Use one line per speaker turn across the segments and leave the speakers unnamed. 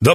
The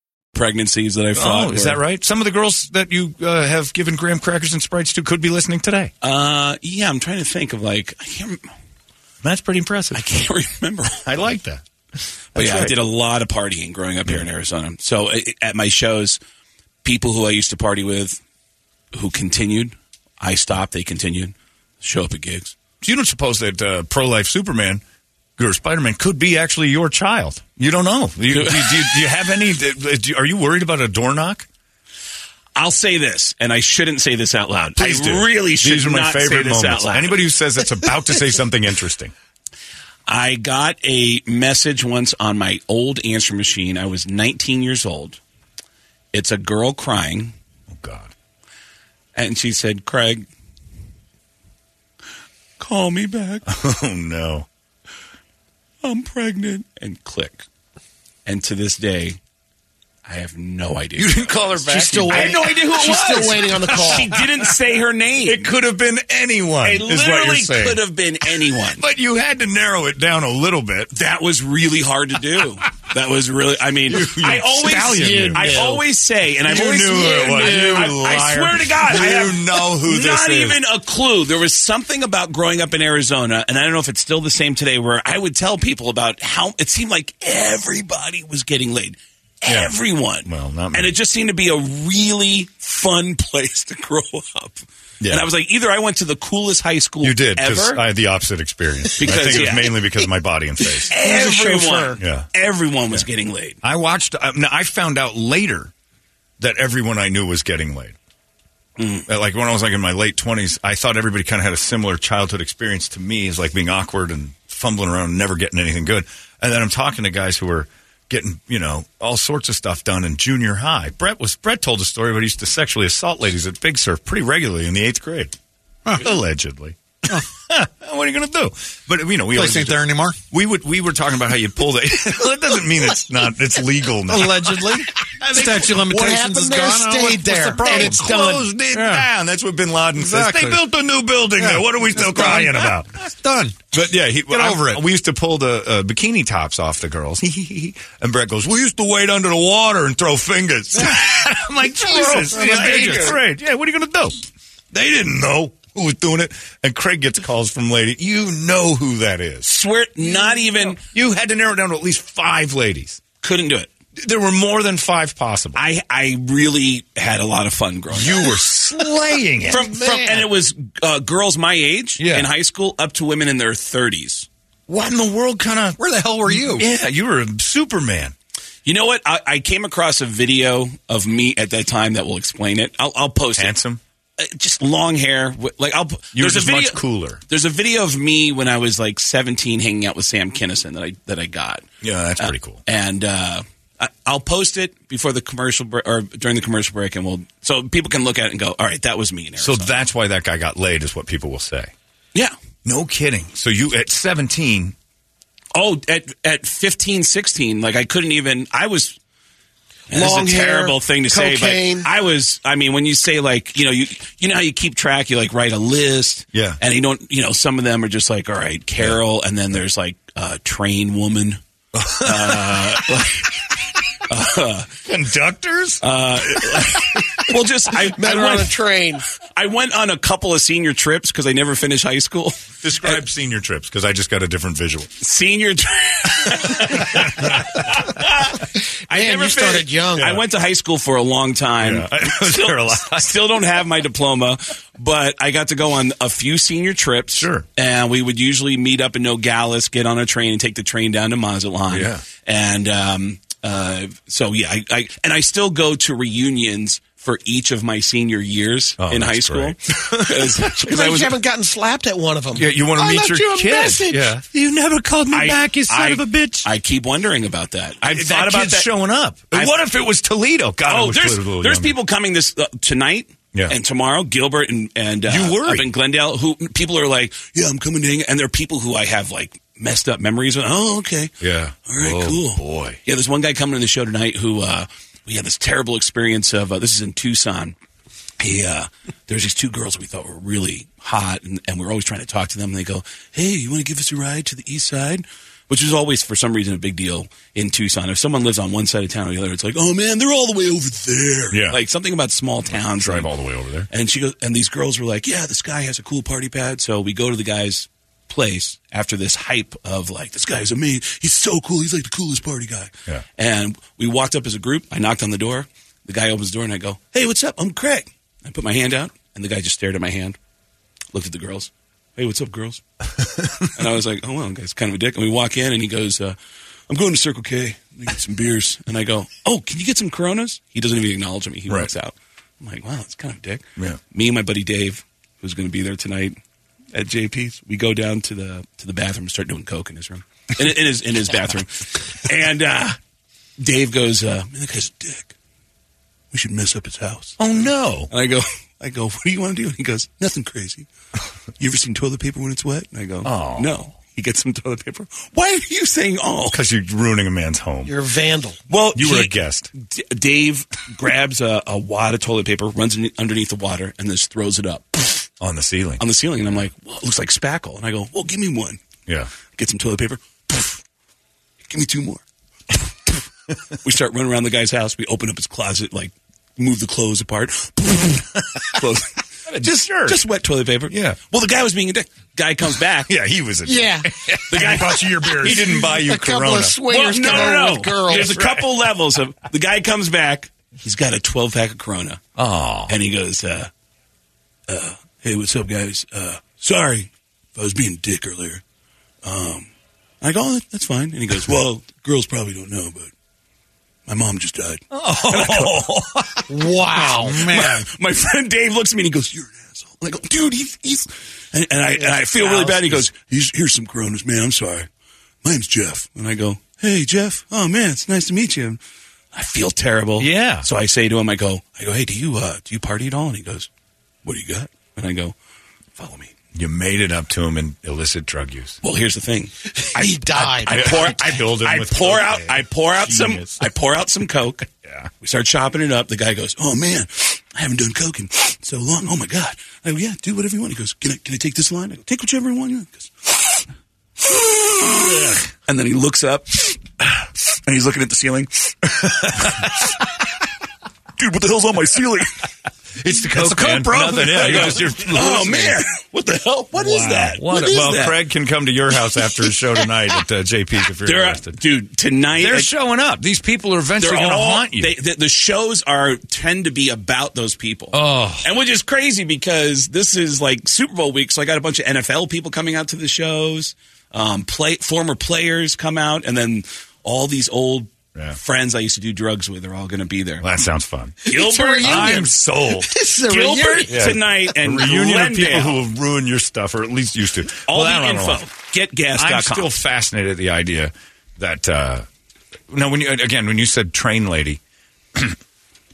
pregnancies that I've thought.
Oh, is that right? Some of the girls that you uh, have given graham crackers and sprites to could be listening today.
Uh, yeah, I'm trying to think of like I can't, rem-
That's pretty impressive.
I can't remember.
I like that.
But
That's
yeah, I
right.
did a lot of partying growing up here in Arizona. So i at my shows, people who I used to party with, who continued, I stopped. They continued. Show up at gigs.
You don't suppose that uh, pro-life Superman or Spider-Man could be actually your child? You don't know. You, do, do, you- do you have any? uh, do- Are you worried about a door knock?
I'll say this, and I shouldn't say this out loud.
Please
I
do.
really should
These are my
not
favorite
say this
moments.
out loud.
Anybody who says that's about to say something interesting.
I got a message once on my old answer machine. I was 19 years old. It's a girl crying.
Oh God.
And she said, Craig, call me back.
Oh no.
I'm pregnant. And click. And to this day, I have no idea.
You didn't call her back.
She's still
I had
waiting.
no idea who it
She's
was.
still waiting on the call.
she didn't say her name.
It could have been anyone. is
It
what you're
literally
saying.
could have been anyone.
But you had to narrow it down a little bit.
that was really hard to do. That was really. I mean,
you
I always,
stallion,
I
you.
always say, and I've
You
always,
knew who it was. You
I, I
liar.
swear to God, I
You
have
know who this
not
is.
even a clue. There was something about growing up in Arizona, and I don't know if it's still the same today, where I would tell people about how it seemed like everybody was getting laid.
Yeah.
Everyone.
Well, not me.
and it just seemed to be a really fun place to grow up.
Yeah.
And I was like, either I went to the coolest high school
You did because
ever.
I had the opposite experience.
Because-
I think it was
yeah.
mainly because of my body and face.
everyone,
Yeah.
everyone was getting laid.
I watched. Uh, now I found out later that everyone I knew was getting laid. Uh, Like when I was like in my late twenties, I thought everybody kind of had a similar childhood experience to me, as like being awkward and fumbling around, and never getting anything good. And then I'm talking to guys who were getting, you know, all sorts of stuff done in junior high. Brett was Brett told a story about he used to sexually assault ladies at Big Surf pretty regularly in the eighth grade, allegedly. what are you going to do? But you know, we always
Place ain't there anymore.
we would we were talking about how you pull the. well, that doesn't mean it's not. It's legal now.
Allegedly, statue of
What
limitations
happened
is
there
gone. Oh,
stayed
what- what's
there.
the problem?
And
it's
closed
done.
it
Yeah.
down. That's what Bin Laden
Exactly.
says. They built a new building
Yeah.
there. What are we still
It's gone.
crying about?
It's done.
But yeah, he,
Get over
I-
it.
We used to pull the uh, bikini tops off the girls, and Brett goes, "We used to wait under the water and throw fingers." I'm like, Jesus,
Throw fingers.
it's great. Yeah, what are you gonna do? They didn't know who was doing it, and Craig gets calls from lady. You know who that is.
Swear, not even
You had to narrow it down to at least five ladies.
couldn't do it.
There were more than five possible.
I I really had a lot of fun growing up.
you were slaying it.
From, from, and it was uh, girls my age
Yeah.
in high school up to women in their 30s.
What in the world kind of?
Where the hell were you?
Yeah, you were a Superman.
You know what? I, I came across a video of me at that time that will explain it. I'll, I'll post it. Uh, just long hair. wi- Like I'll.
You were
there's a
just
video,
much cooler.
There's a video of me when I was like 17, hanging out with Sam Kinison that I that I got.
Yeah, that's pretty cool.
and uh, I, I'll post it before the commercial break or during the commercial break, and we'll so people can look at it and go, "All right, that was me." In
So
Arizona.
that's why that guy got laid, is what people will say.
yeah.
No kidding. So you at seventeen?
Oh, at at 15, 16, like I couldn't even. I was. and
Long
this is a
hair,
terrible thing to say,
cocaine.
but I was. I mean, when you say like, you know, you you know how you keep track, you like write a list,
Yeah.
and you don't, you know, some of them are just like, all right, Carol, and then there's like uh, train woman, Uh, like,
Conductors?
well, just I,
Met
I
her on a
went,
train.
I went on a couple of senior trips because I never finished high school.
Describe senior trips because I just got a different visual.
Senior. Tri- I
Man, you started young.
I went to high school for a long time.
Yeah, I was
still,
there a lot.
still don't have my diploma, but I got to go on a few senior trips.
Sure.
And we would usually meet up in Nogales, get on a train, and take the train down to Mazatlan.
Yeah.
And um, uh, so yeah, I, I and I still go to reunions. For each of my senior years
Oh,
in
that's
high school,
great.
because
Surprised you haven't gotten slapped at one of them.
Yeah, you wanna
I
meet
left
your
you a
kid.
message.
Yeah.
You never called me back, you son
I-
of a bitch.
I keep wondering about that. I've
That
thought about
kid's
that.
showing up.
I've-
what if it was Toledo? God, I
Oh,
wish
there's
Toledo was a little
there's
younger.
people coming this uh, tonight.
Yeah.
And tomorrow, Gilbert and and uh,
You worry.
up in Glendale, who people are like, yeah, I'm coming to, hang-" and there are people who I have like messed up memories. With. Oh, okay,
Yeah.
all right,
Oh,
cool,
boy.
Yeah, there's one guy coming to the show tonight who uh, we had this terrible experience of. Uh, this is in Tucson. He uh, there's these two girls we thought were really hot, and, and we we're always trying to talk to them. And they go, "Hey, you want to give us a ride to the east side?" Which is always, for some reason, a big deal in Tucson. If someone lives on one side of town or the other, it's like, "Oh man, they're all the way over there."
Yeah.
like something about small towns.
Drive
and-
all the way over there.
and she goes, and these girls were like, "Yeah, this guy has a cool party pad." So we go to the guy's place after this hype of like, "This guy's amazing. He's so cool. He's like the coolest party guy."
Yeah.
And we walked up as a group. I knocked on the door. The guy opens the door, and I go, "Hey, what's up? I'm Craig." I put my hand out, and the guy just stared at my hand, looked at the girls. Hey, what's up, girls? and I was like, "Oh well, the guy's kind of a dick." And we walk in, and he goes, uh, "I'm going to Circle K. I'm gonna get some beers." And I go, "Oh, can you get some Coronas?" He doesn't even acknowledge me. He
Right.
walks out. I'm like, "Wow, that's kind of a dick."
Yeah.
Me and my buddy Dave, who's going to be there tonight at JP's, we go down to the to the bathroom and start doing coke in his room, in, in his in his bathroom, and uh, Dave goes, uh, "Man, that guy's a dick. We should mess up his house."
Oh no!
And I go, I go, what do you want to do? And he goes, nothing crazy. You ever seen toilet paper when it's wet? And I go,
Oh.
no. He gets some toilet paper. Why are you saying oh?
Because you're ruining a man's home.
You're a vandal.
Well,
you were
he-
a guest.
D- Dave grabs a, a wad of toilet paper, runs in, underneath the water, and just throws it up
on the ceiling.
on the ceiling. And I'm like, well, it looks like spackle. And I go, well, give me one.
yeah.
Get some toilet paper. Give me two more. we start running around the guy's house. We open up his closet, like move the clothes apart. Clothes.
Just jerk.
Just wet toilet paper.
Yeah.
Well, the guy was being a dick. Guy comes back.
Yeah, he was a
Yeah.
The guy bought you your beers. He didn't buy you
a couple
Corona.
of
Well,
swingers
no,
come over
no, no.
with girls.
There's a couple levels of the guy comes back. He's got a 12 pack of Corona,
oh,
and he goes, uh, uh, "Hey, what's up, guys? Uh, sorry if I was being a dick earlier." Um, I go, oh, "That's fine," and he goes, "Well, girls probably don't know, but my mom just died."
Wow.
My, my friend Dave looks at me and he goes, "You're an asshole." And I go, "Dude, he's." he's and, and I and I feel really bad. And he goes, he's, "Here's some Coronas, man. I'm sorry. My name's Jeff." And I go, "Hey, Jeff. Oh man, it's nice to meet you." I feel terrible.
Yeah.
So I say to him, I go, I go, "Hey, do you uh, do you party at all?" And he goes, "What do you got?" And I go, "Follow me."
you made it up to him in illicit drug use.
Well, here's the thing.
he died.
I pour,
I build him
I
with
pour
cocaine.
out, I pour out
Genius.
some, I pour out some coke.
Yeah.
We start chopping it up. The guy goes, "Oh man, I haven't done coke in so long. Oh my god." I go, "Yeah, do whatever you want." He goes, "Can I, can I take this line?" I go, "Take whichever one you want." He goes, and then he looks up, and he's looking at the ceiling. Dude, what the hell's on my ceiling?
It's the coke,
the coke,
man.
bro.
Nothing. Yeah, you just, you're
oh man, what the hell? What is that? What is
well,
that?
Craig can come to your house after his show tonight at uh, JP's if you're
They're-
interested.
dude, tonight
They're
like-
showing up. These people are eventually
they're
going to
all-
haunt you.
They, the, the shows are tend to be about those people. Oh, and which is crazy because this is like Super Bowl week, so I got a bunch of NFL people coming out to the shows. Um, play former players come out, and then all these old
Yeah.
friends I used to do drugs with are all going to be there.
well, that sounds fun.
Gilbert,
I'm sold.
This is a
Gilbert
reunion.
Yeah.
tonight, and
a reunion of
Glendale.
people who will ruin your stuff, or at least used to.
all
Well, I
the
don't know.
info. GetGas.com.
I'm still fascinated at the idea that uh, now when you again when you said train lady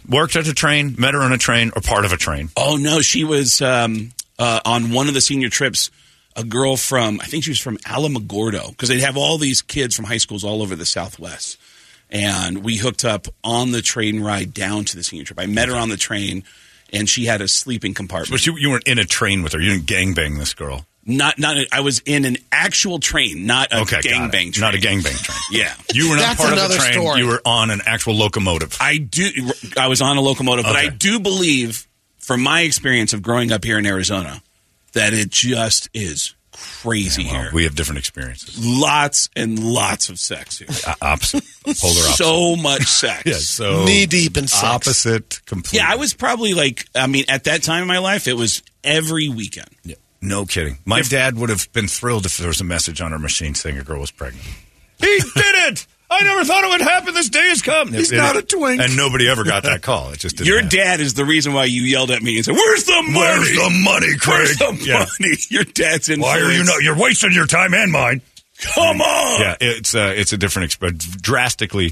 worked at a train, met her on a train, or part of a train.
Oh no, she was um, uh, on one of the senior trips. A girl from I think she was from Alamogordo because they'd have all these kids from high schools all over the Southwest, and we hooked up on the train ride down to the senior trip. I met her on the train, and she had a sleeping compartment.
But you, you weren't in a train with her. You didn't gangbang this girl.
Not not. I was in an actual train, not a
okay, got it.
gangbang train.
Not a gangbang train.
Yeah.
You were not
That's
part of the
another
train.
story.
You were on an actual locomotive.
I do. I was on a locomotive, but
Okay.
I do believe, from my experience of growing up here in Arizona, that it just is crazy here.
we have different experiences.
lots and lots of sex here.
O- uh, opposite, polar opposite.
So much sex.
yeah, so
Knee deep in sex.
opposite, complete.
Yeah, I was probably like, I mean, at that time in my life, it was every weekend.
Yeah. No kidding. My dad would have been thrilled if there was a message on our machine saying a girl was pregnant. he did it! I never thought it would happen. This day has come. He's
not a twink.
And nobody ever got that call. It just didn't
Your
happen.
dad is the reason why you yelled at me and said, "Where's the money?
Where's the money, Craig?
Where's the
Yeah.
money?" Your dad's in.
Why are you not? You're wasting your time and mine.
Come on.
Yeah, it's uh, it's a different, exp- a drastically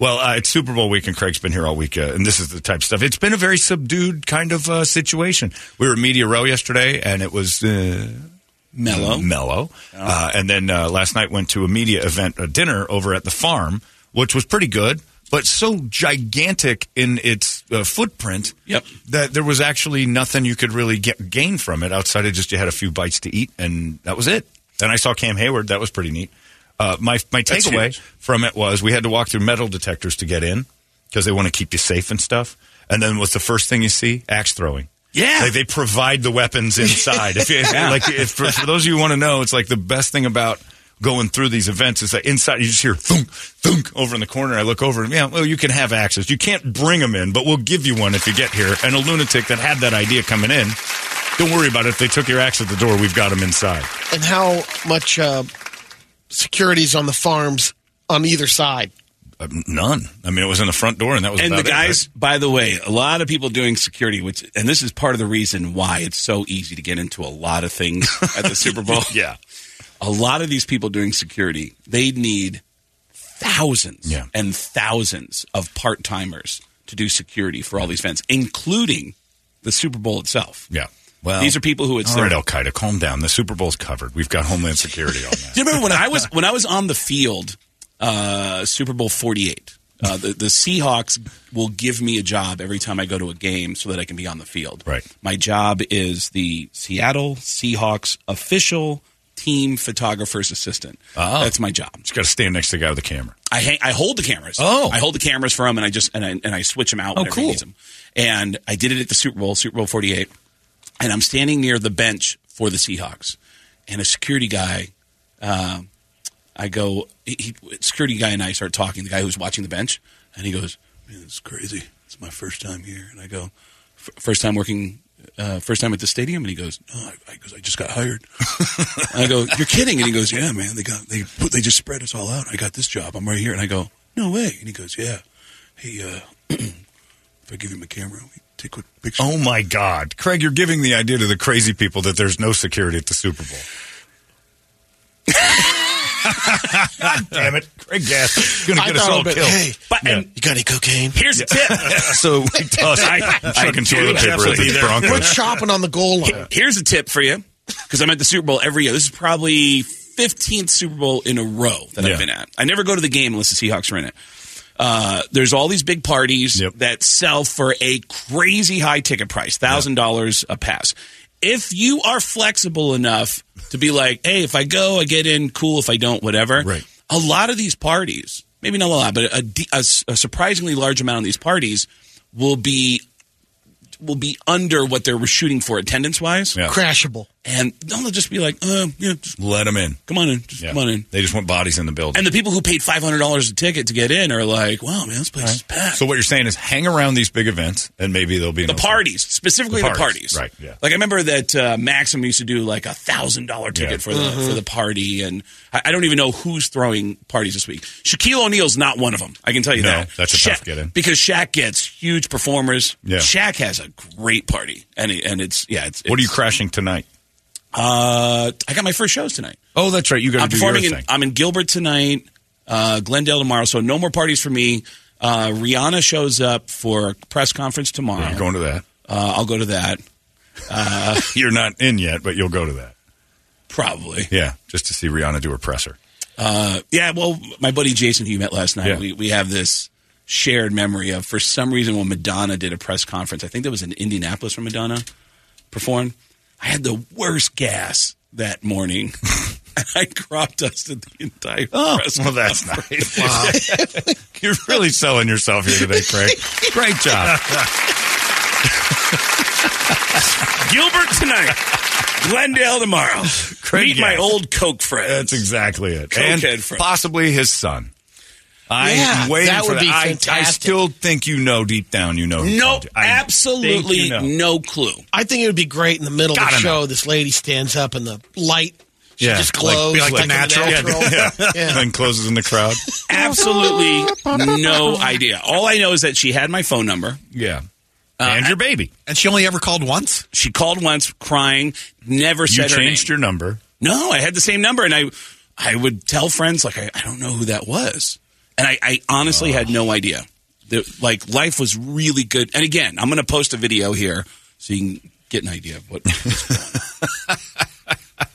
Well, uh, it's Super Bowl week, and Craig's been here all week, uh, and this is the type of stuff. It's been a very subdued kind of uh, situation. We were at Media Row yesterday, and it was uh,
Mellow.
mellow. Uh, and then uh, last night went to a media event, a dinner over at the farm, which was pretty good, but so gigantic in its uh, footprint
Yep.
that there was actually nothing you could really get gain from it outside of just you had a few bites to eat, and that was it. And I saw Cam Hayward. That was pretty neat. Uh, my my
That's
takeaway
huge.
from it was we had to walk through metal detectors to get in because they want to keep you safe and stuff. And then what's the first thing you see? Axe throwing.
Yeah.
Like they provide the weapons inside. If you, like, if, for, for those of you who want to know, it's like the best thing about going through these events is that inside you just hear thunk, thunk over in the corner. I look over and yeah, well, you can have access. You can't bring them in, but we'll give you one if you get here. And a lunatic that had that idea coming in, don't worry about it. If they took your axe at the door, we've got them inside.
And how much uh, security's on the farms on either side?
Uh, none. I mean, it was in the front door, and that was
And the
about it, right?
guys, by the way, a lot of people doing security, which, and this is part of the reason why it's so easy to get into a lot of things at the Super Bowl.
Yeah.
A lot of these people doing security, they need thousands
Yeah.
and thousands of part timers to do security for all these events, including the Super Bowl itself.
Yeah. Well,
These are people who it's
all right,
their-
Al Qaeda, calm down. The Super Bowl's covered. We've got Homeland Security on that.
Do you remember when I was when I was on the field, uh, Super Bowl forty eight? Uh, the, the Seahawks will give me a job every time I go to a game so that I can be on the field.
Right.
My job is the Seattle Seahawks official team photographer's assistant.
Oh.
That's my job.
Just got to stand next to the guy with the camera.
I hang, I hold the cameras.
Oh.
I hold the cameras for him, and I just and I, and I switch them out.
Oh,
whenever he
cool.
needs 'em. And I did it at the Super Bowl, Super Bowl forty eight, and I'm standing near the bench for the Seahawks, and a security guy. Uh, I go, he, he, security guy and I start talking. The guy who's watching the bench, and he goes, "Man, it's crazy. It's my first time here." And I go, "F- first time working." Uh, first time at the stadium, and he goes, "No, I, I goes, I just got hired." And I go, "You're kidding!" And he goes, "Yeah, man. They got they put they just spread us all out. I got this job. I'm right here." And I go, "No way!" And he goes, "Yeah. Hey, uh, if I give you my camera, we take a picture."
Oh my God, Craig, you're giving the idea to the crazy people that there's no security at the Super Bowl. God damn it, Craig Gass, gonna get us all killed.
hey,
But and
you got any cocaine?
here's a tip.
so we toss
I
chucking
do
toilet paper at
definitely
the
there.
Quit
Broncos.
shopping on the goal line.
Here's a tip for you because I'm at the Super Bowl every year. This is probably 15th Super Bowl in a row that
Yeah.
I've been at. I never go to the game unless the Seahawks are in it. Uh, there's all these big parties
Yep.
that sell for a crazy high ticket price, thousand dollars a pass. If you are flexible enough to be like, hey, if I go, I get in, cool. If I don't, whatever.
Right.
A lot of these parties, maybe not a lot, but a, de- a s- a surprisingly large amount of these parties will be will be under what they were shooting for attendance wise.
Yeah.
Crashable.
And they'll just be like, uh, yeah, just
Let them in.
come on in, just
Yeah.
come on in.
They just want bodies in the building.
And the people who paid five hundred dollars a ticket to get in are like, wow, man, this place is packed.
so what you're saying is, hang around these big events, and maybe there'll be
the
no-
parties, specifically
The
the
parties,
parties.
right, yeah.
Like I remember that uh, Maxim used to do like a thousand dollar ticket
Yeah.
for the for the party, and I, I don't even know who's throwing parties this week. Shaquille O'Neal's not one of them. I can tell you
No,
that.
that's a
Sha-
tough get in.
because Shaq gets huge performers.
Yeah.
Shaq has a great party, and it, and it's yeah. It's,
What are you
it's-
crashing tonight?
Uh, I got my first shows tonight.
Oh, that's right. You got
I'm
to do your
performing. In,
thing.
I'm in Gilbert tonight, uh, Glendale tomorrow. So no more parties for me. Uh, Rihanna shows up for a press conference tomorrow.
You're going to that.
Uh, I'll go to that
You're not in yet, but you'll go to that.
probably.
Yeah, just to see Rihanna do her presser.
Uh, yeah. Well, my buddy Jason, who you met last night,
Yeah.
we we have this shared memory of for some reason when Madonna did a press conference. I think that was in Indianapolis where Madonna performed. I had the worst gas that morning. I crop dusted the entire press
Oh, well, that's nice. You're really selling yourself here today, Craig. Great job.
Gilbert tonight. Glendale tomorrow.
Craig,
Meet my
yes.
old Coke friends.
That's exactly it.
Cokehead
and
friend.
possibly his son. I'm
Yeah,
waiting
that
for
would
that.
be
I- I,
fantastic.
still think you know deep down you know. who
No,
called you. I think
absolutely
you know.
no clue.
I think it would be great in the middle of
Gotta
the
know.
show. This lady stands up and the light she
Yeah,
just
like-
glows.
be like the
natural.
Yeah.
Yeah.
Then closes in the crowd.
Absolutely no idea. All I know is that she had my phone number.
Yeah. and your baby.
And she only ever called once?
She called once, crying, never
You
said her name.
changed your number.
No, I had the same number, and I, I would tell friends like I, I don't know who that was, and I, I honestly had no idea. The- like life was really good, and again, I'm going to post a video here so you can get an idea of what. what's going on.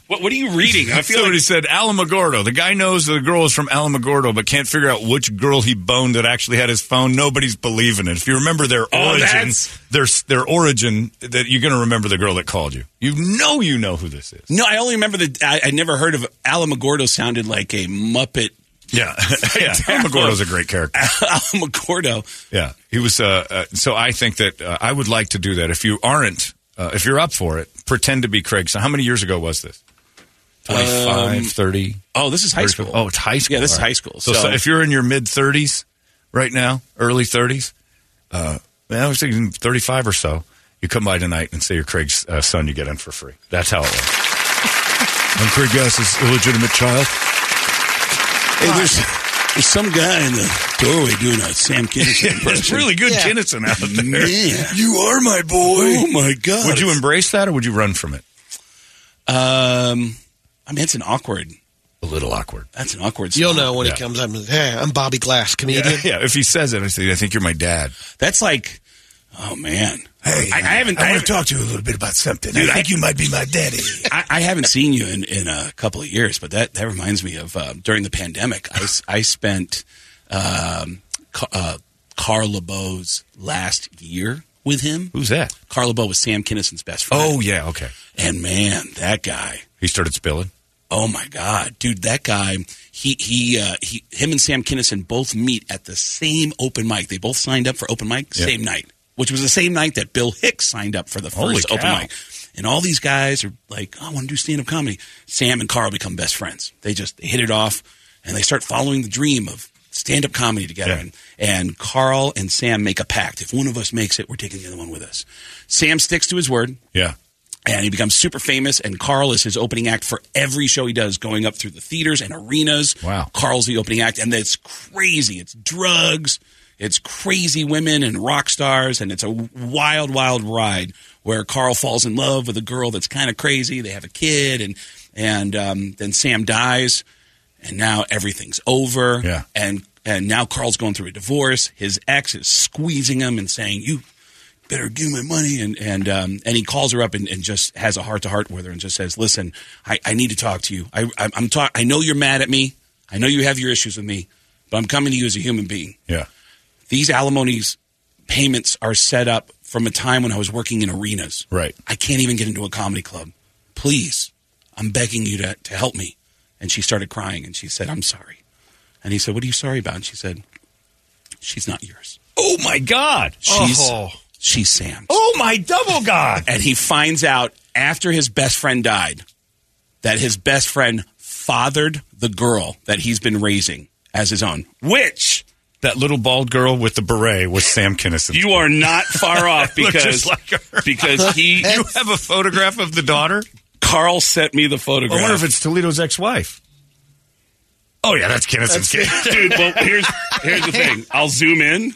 what, what are you reading? I feel
Somebody
like
said Alamogordo. The guy knows the girl is from Alamogordo, but can't figure out which girl he boned that actually had his phone. Nobody's believing it. If you remember their
Oh,
origin,
that's-
their their origin, that you're going to remember the girl that called you. You know, you know who this is.
no. I only remember that I, I never heard of Alamogordo. Sounded like a Muppet.
Yeah, yeah. Alamogordo's a great character.
Alamogordo.
Yeah, he was. Uh, uh, so I think that uh, I would like to do that. If you aren't, uh, if you're up for it, pretend to be Craig. So how many years ago was this?
Um,
25, 30?
Oh, this is high
30.
school.
Oh, it's high school.
Yeah, this
All
is
right.
high school.
So,
So,
so if you're in your mid 30s right now, early 30s, uh, man, I was thinking 35 or so, you come by tonight and say you're Craig's uh, son, you get in for free. That's how it works. I'm Craig Gass's illegitimate child.
hey, there's, there's some guy in the doorway doing a Sam Kinison
It's
impression.
really good
Yeah.
Kinnison out there.
Man. You are my boy. Oh my god.
Would you embrace that or would you run from it?
um I mean it's an awkward
A little awkward.
that's an awkward
You'll
spot.
know when
Yeah.
it comes. I'm, hey, I'm Bobby Glass, comedian.
Yeah, if he says it, I say, I think you're my dad.
That's like oh man.
Hey,
I, I haven't I, haven't,
talk to you a little bit about something. I think you might be my daddy.
I, I haven't seen you in, in a couple of years, but that, that reminds me of uh, during the pandemic I, s- I spent um Ca- uh, Carl LeBeau's last year with him.
Who's that?
Carl LeBeau was Sam Kinnison's best friend.
Oh, yeah, okay.
and man, that guy
He started spilling.
Oh my God, dude, that guy, he, he, uh, he, him and Sam Kinison both meet at the same open mic. They both signed up for open mic
Yeah.
same night, which was the same night that Bill Hicks signed up for the
Holy
first open
cow.
mic. And all these guys are like, "Oh, I want to do stand up comedy. Sam and Carl become best friends. They just they hit it off and they start following the dream of stand up comedy together.
Yeah.
And, and Carl and Sam make a pact. If one of us makes it, we're taking the other one with us. Sam sticks to his word
Yeah.
and he becomes super famous. And Carl is his opening act for every show he does, going up through the theaters and arenas.
Wow.
Carl's the opening act, and it's crazy. It's drugs, it's crazy women and rock stars, and it's a wild, wild ride where Carl falls in love with a girl that's kind of crazy. They have a kid, and and um, then Sam dies, and now everything's over.
Yeah.
and and now Carl's going through a divorce. His ex is squeezing him and saying, "You better give me money and and um, and he calls her up and, and just has a heart to heart with her and just says listen I, I need to talk to you I I'm, I'm talk I know you're mad at me I know you have your issues with me but I'm coming to you as a human being
Yeah.
these alimonies payments are set up from a time when I was working in arenas
Right.
I can't even get into a comedy club please I'm begging you to to help me and she started crying and she said I'm sorry and he said what are you sorry about and she said she's not yours
Oh, my God.
she's
Oh.
she's Sam's
Oh, my double God.
and he finds out after his best friend died that his best friend fathered the girl that he's been raising as his own. Which
That little bald girl with the beret was Sam Kinison.
you are not far off
Look
because
just like her.
because he
You have a photograph of the daughter?
Carl sent me the photograph.
I wonder if it's Toledo's ex wife. Oh, yeah, that's Kinnison's kid.
dude. Well, here's here's the thing. I'll zoom in.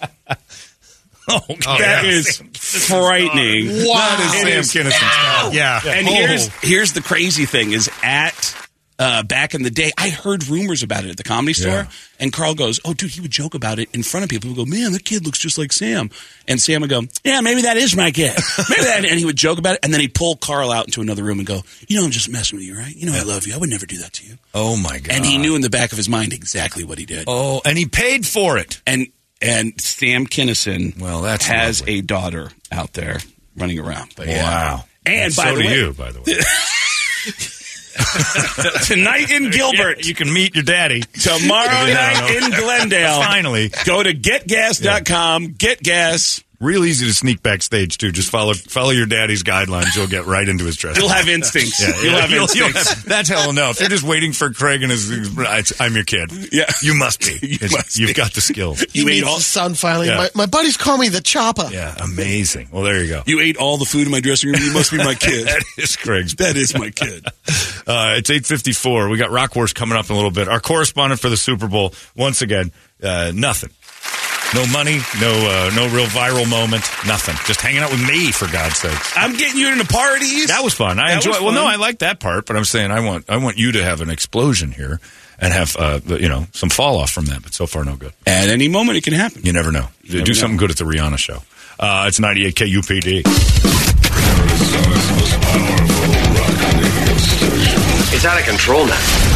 Oh, that
yeah.
is frightening.
Wow. That is
It
Sam Kinison style.
Ow!
Yeah.
And
Oh.
here's here's the crazy thing is at uh, back in the day, I heard rumors about it at the comedy store,
Yeah.
and Carl goes, "Oh, dude, he would joke about it in front of people. He would go, man, that kid looks just like Sam." And Sam would go, "Yeah, maybe that is my kid. Maybe that." And he would joke about it, and then he'd pull Carl out into another room and go, "You know, I'm just messing with you, right? You know, I love you. I would never do that to you."
Oh my god.
And he knew in the back of his mind exactly what he did.
Oh, and he paid for it.
And and Sam Kinison
Well, that's
has
lovely.
a daughter out there running around. But yeah.
Wow.
And Oh, by
so
the
do
way,
you, by the way.
tonight in Gilbert,
Yeah, you can meet your daddy.
tomorrow
Yeah.
night in Glendale.
Finally.
Go to getgas.com. Get gas.
Real easy to sneak backstage too. Just follow follow your daddy's guidelines. You'll get right into his dress.
You'll have instincts.
Yeah,
You'll
yeah.
have
You'll- you'll-
instincts.
that's hell no. If you're just waiting for Craig and his, it's- I'm your kid.
Yeah.
you must be.
You
It's-
must
you've
be.
got the skills.
He
You ate
meets
all
his son finally.
Yeah.
My, my buddies call me the Chopper.
Yeah, amazing. Well, there you go.
you ate all the food in my dressing room. You must be my kid.
that is Craig's.
that is my kid.
Uh, it's eight fifty four. We got Rock Wars coming up in a little bit. Our correspondent for the Super Bowl once again, uh, nothing. No money, no uh, no real viral moment, nothing. Just hanging out with me for God's sakes.
I'm getting you into parties.
That was fun. I
That
enjoy.
was
Well, no,
fun.
I like that part, but I'm saying I want I want you to have an explosion here and have uh, the- you know some fall off from that. But so far, no good.
At any moment, it can happen.
You never know.
never
Do
know.
something good at the Rihanna show. Uh, it's 98 KUPD.
It's out of control now.